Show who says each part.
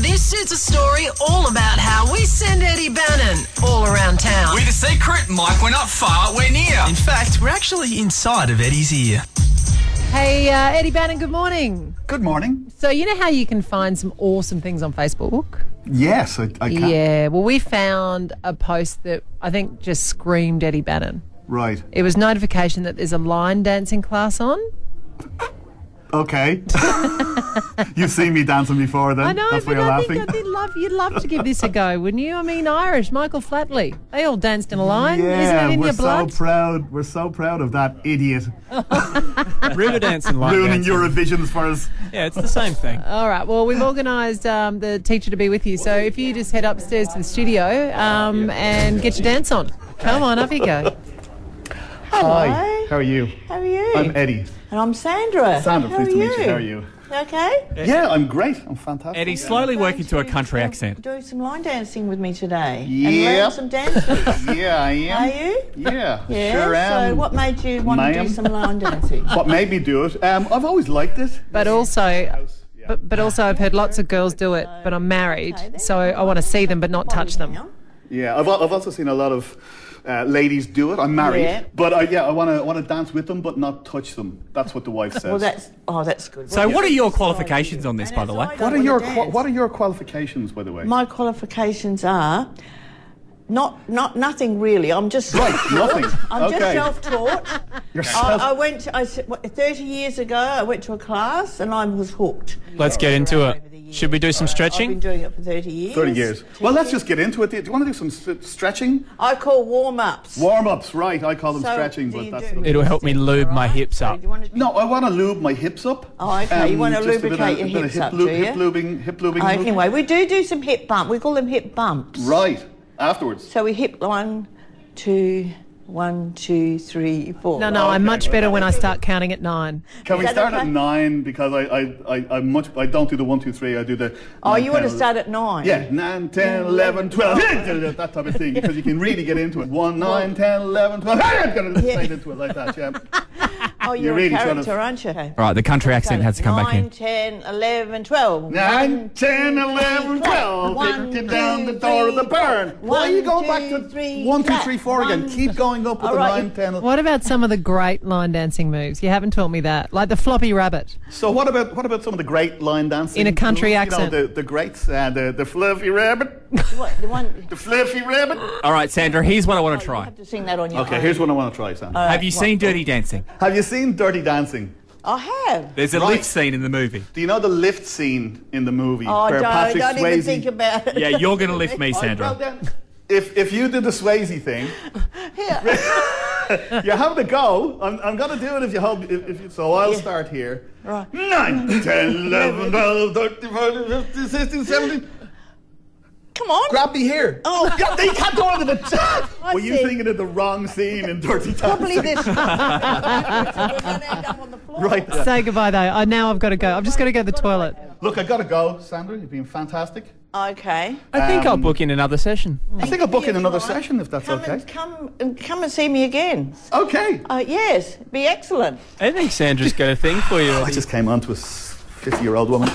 Speaker 1: This is a story all about how we send Eddie Bannon all around town.
Speaker 2: We're the secret, Mike. We're not far. We're near.
Speaker 3: In fact, we're actually inside of Eddie's ear.
Speaker 1: Hey, uh, Eddie Bannon, good morning.
Speaker 4: Good morning.
Speaker 1: So, you know how you can find some awesome things on Facebook?
Speaker 4: Yes, I, I can.
Speaker 1: Yeah, well, we found a post that I think just screamed Eddie Bannon.
Speaker 4: Right.
Speaker 1: It was notification that there's a line dancing class on.
Speaker 4: Okay. You've seen me dancing before then.
Speaker 1: I know,
Speaker 4: That's why
Speaker 1: but
Speaker 4: you're
Speaker 1: I
Speaker 4: laughing.
Speaker 1: think I'd love you'd love to give this a go, wouldn't you? I mean, Irish Michael Flatley, they all danced in a line.
Speaker 4: yeah,
Speaker 1: Isn't it in
Speaker 4: we're
Speaker 1: your blood?
Speaker 4: so proud. We're so proud of that idiot
Speaker 5: Ruder dance and line
Speaker 4: ruining
Speaker 5: dancing.
Speaker 4: Eurovisions for us.
Speaker 5: Yeah, it's the same thing.
Speaker 1: all right. Well, we've organised um, the teacher to be with you, so if you just head upstairs to the studio um, and get your dance on. Come on, up you go.
Speaker 4: Hi. How are you?
Speaker 6: How are you?
Speaker 4: I'm Eddie.
Speaker 6: and I'm Sandra.
Speaker 4: Sandra,
Speaker 6: How
Speaker 4: pleased
Speaker 6: are
Speaker 4: to meet you.
Speaker 6: you?
Speaker 4: How are you?
Speaker 6: Okay.
Speaker 4: Yeah, I'm great. I'm fantastic.
Speaker 5: Eddie, slowly work into a country accent.
Speaker 6: Doing some line dancing with me today. And
Speaker 4: Yep.
Speaker 6: learn some dance.
Speaker 4: Yeah, I
Speaker 6: are
Speaker 4: am.
Speaker 6: you?
Speaker 4: Yeah, I
Speaker 6: Yeah.
Speaker 4: sure am.
Speaker 6: So what made you want to
Speaker 4: Ma'am.
Speaker 6: do some line dancing?
Speaker 4: What made me do it? Um, I've always liked it.
Speaker 1: But also, but, but also, I've heard lots of girls do it. But I'm married, so I want to see them, but not touch them.
Speaker 4: Yeah, I've, al- I've also seen a lot of uh, ladies do it. I'm married,
Speaker 6: Yeah.
Speaker 4: but I, yeah, I want to want to dance with them, but not touch them. That's what the wife says.
Speaker 6: Well, that's oh, that's good.
Speaker 5: So, what are your qualifications on this, by the way?
Speaker 4: what are your qua- what are your qualifications, by the way?
Speaker 6: My qualifications are not not nothing really. I'm just
Speaker 4: Right, nothing.
Speaker 6: I'm
Speaker 4: Okay.
Speaker 6: just self-taught.
Speaker 4: You're self-
Speaker 6: I, I went. To, I s- what, thirty years ago, I went to a class and I was hooked.
Speaker 5: Let's get into
Speaker 6: Over
Speaker 5: it.
Speaker 6: the years.
Speaker 5: Should we do some
Speaker 6: I've been
Speaker 5: stretching?
Speaker 6: doing it for thirty years.
Speaker 4: Thirty years. Well, let's just get into it. Do you want to do some s- stretching,
Speaker 6: I call warm-ups.
Speaker 4: warm ups? Right, I call them
Speaker 6: So,
Speaker 4: stretching,
Speaker 6: do
Speaker 4: but
Speaker 6: you
Speaker 4: that's
Speaker 6: do-
Speaker 4: not-
Speaker 5: It'll help me lube my hips
Speaker 6: So
Speaker 5: up.
Speaker 6: do you want to
Speaker 4: no. I want to lube my hips up. Um,
Speaker 6: Oh, okay, you wanna
Speaker 4: just a bit
Speaker 6: lubricate
Speaker 4: of,
Speaker 6: your
Speaker 4: a bit of
Speaker 6: hips
Speaker 4: hip
Speaker 6: up,
Speaker 4: lu-
Speaker 6: do you?
Speaker 4: Hip lubing, hip lubing.
Speaker 6: Oh,
Speaker 4: lube.
Speaker 6: anyway, we do do some hip bump. We call them hip bumps.
Speaker 4: Right afterwards.
Speaker 6: So we hip one, two, one, two, three, four.
Speaker 1: No, no, I'm much better when I start counting at nine.
Speaker 4: Can we
Speaker 6: Is that
Speaker 4: start at
Speaker 6: okay?
Speaker 4: nine? Because I, I, I, I much I don't do the one, two, three. I do the.
Speaker 6: Oh,
Speaker 4: nine,
Speaker 6: you want to
Speaker 4: 10,
Speaker 6: start at nine?
Speaker 4: Yeah, 9, 10, 11, 12, that type of thing, because you can really get into it. 1, 9, 10, 11, 12, I'm going to straight into it like that, yeah.
Speaker 6: Oh, you're,
Speaker 4: You're really
Speaker 6: a
Speaker 4: sort
Speaker 6: character,
Speaker 4: of-
Speaker 6: aren't you? Okay.
Speaker 5: All right, the country accent has to come back
Speaker 6: Nine,
Speaker 5: in.
Speaker 6: ten, eleven, twelve.
Speaker 4: 9, 10, 11, 12,
Speaker 6: One,
Speaker 4: take you down the
Speaker 6: two,
Speaker 4: door of the
Speaker 6: three,
Speaker 4: barn.
Speaker 6: four.
Speaker 4: Why are you
Speaker 6: One,
Speaker 4: going
Speaker 6: two,
Speaker 4: back to
Speaker 6: three,
Speaker 4: 1, 2,
Speaker 6: clap.
Speaker 4: 3, 4 again?
Speaker 6: One,
Speaker 4: Keep going up with
Speaker 6: All
Speaker 4: the
Speaker 6: right.
Speaker 4: 9, 10.
Speaker 1: What about some of the great line dancing moves? You haven't taught me that, like the floppy rabbit.
Speaker 4: So what about what about some of the great line dancing?
Speaker 1: In a country
Speaker 4: moves?
Speaker 1: accent.
Speaker 4: You know, the, the greats, uh, the, the fluffy rabbit,
Speaker 6: What, the one,
Speaker 4: the fluffy rabbit.
Speaker 5: All right, Sandra, here's what I want to
Speaker 6: you
Speaker 5: try.
Speaker 6: have to sing that on your
Speaker 4: Okay,
Speaker 6: own.
Speaker 4: here's one I want to try, Sam.
Speaker 5: Have you seen Dirty Dancing?
Speaker 4: Have you seen Dirty Dancing?
Speaker 6: I have.
Speaker 5: There's a
Speaker 4: Right.
Speaker 5: lift scene in the movie.
Speaker 4: Do you know the lift scene in the movie
Speaker 6: Oh,
Speaker 4: where
Speaker 6: don't,
Speaker 4: Patrick
Speaker 6: don't
Speaker 4: Swayze
Speaker 6: even think about it.
Speaker 5: Yeah, you're going to lift me,
Speaker 4: Oh, well
Speaker 5: Sandra.
Speaker 4: then, if if you did the Swayze thing,
Speaker 6: Here.
Speaker 4: you have to go. I'm, I'm gonna do it if you hold. If, if you, so I'll start here.
Speaker 6: Right.
Speaker 4: Nine, ten, eleven, twelve, thirteen, fourteen, fifteen, sixteen, seventeen.
Speaker 6: Come on.
Speaker 4: Grab me here. Oh, yeah, they can't go onto the top.
Speaker 6: I
Speaker 4: Were you
Speaker 6: see.
Speaker 4: thinking of the wrong scene in Dirty
Speaker 6: Probably
Speaker 4: Dancing?
Speaker 6: this. We're going to end up on the floor.
Speaker 4: Right. there.
Speaker 1: Say goodbye though. I now I've got to go. I've just got to go to the toilet.
Speaker 4: Look, I gotta go, Sandra. You've been fantastic. Um,
Speaker 6: Okay.
Speaker 5: I think I'll book in another session.
Speaker 4: I think I'll book in
Speaker 6: you,
Speaker 4: another
Speaker 6: Brian.
Speaker 4: session if that's
Speaker 6: Come
Speaker 4: okay.
Speaker 6: and come and come and see me again.
Speaker 4: Okay.
Speaker 6: Uh, yes, be excellent.
Speaker 5: I think Sandra's got a thing for you.
Speaker 4: I just came onto a 50 year old woman.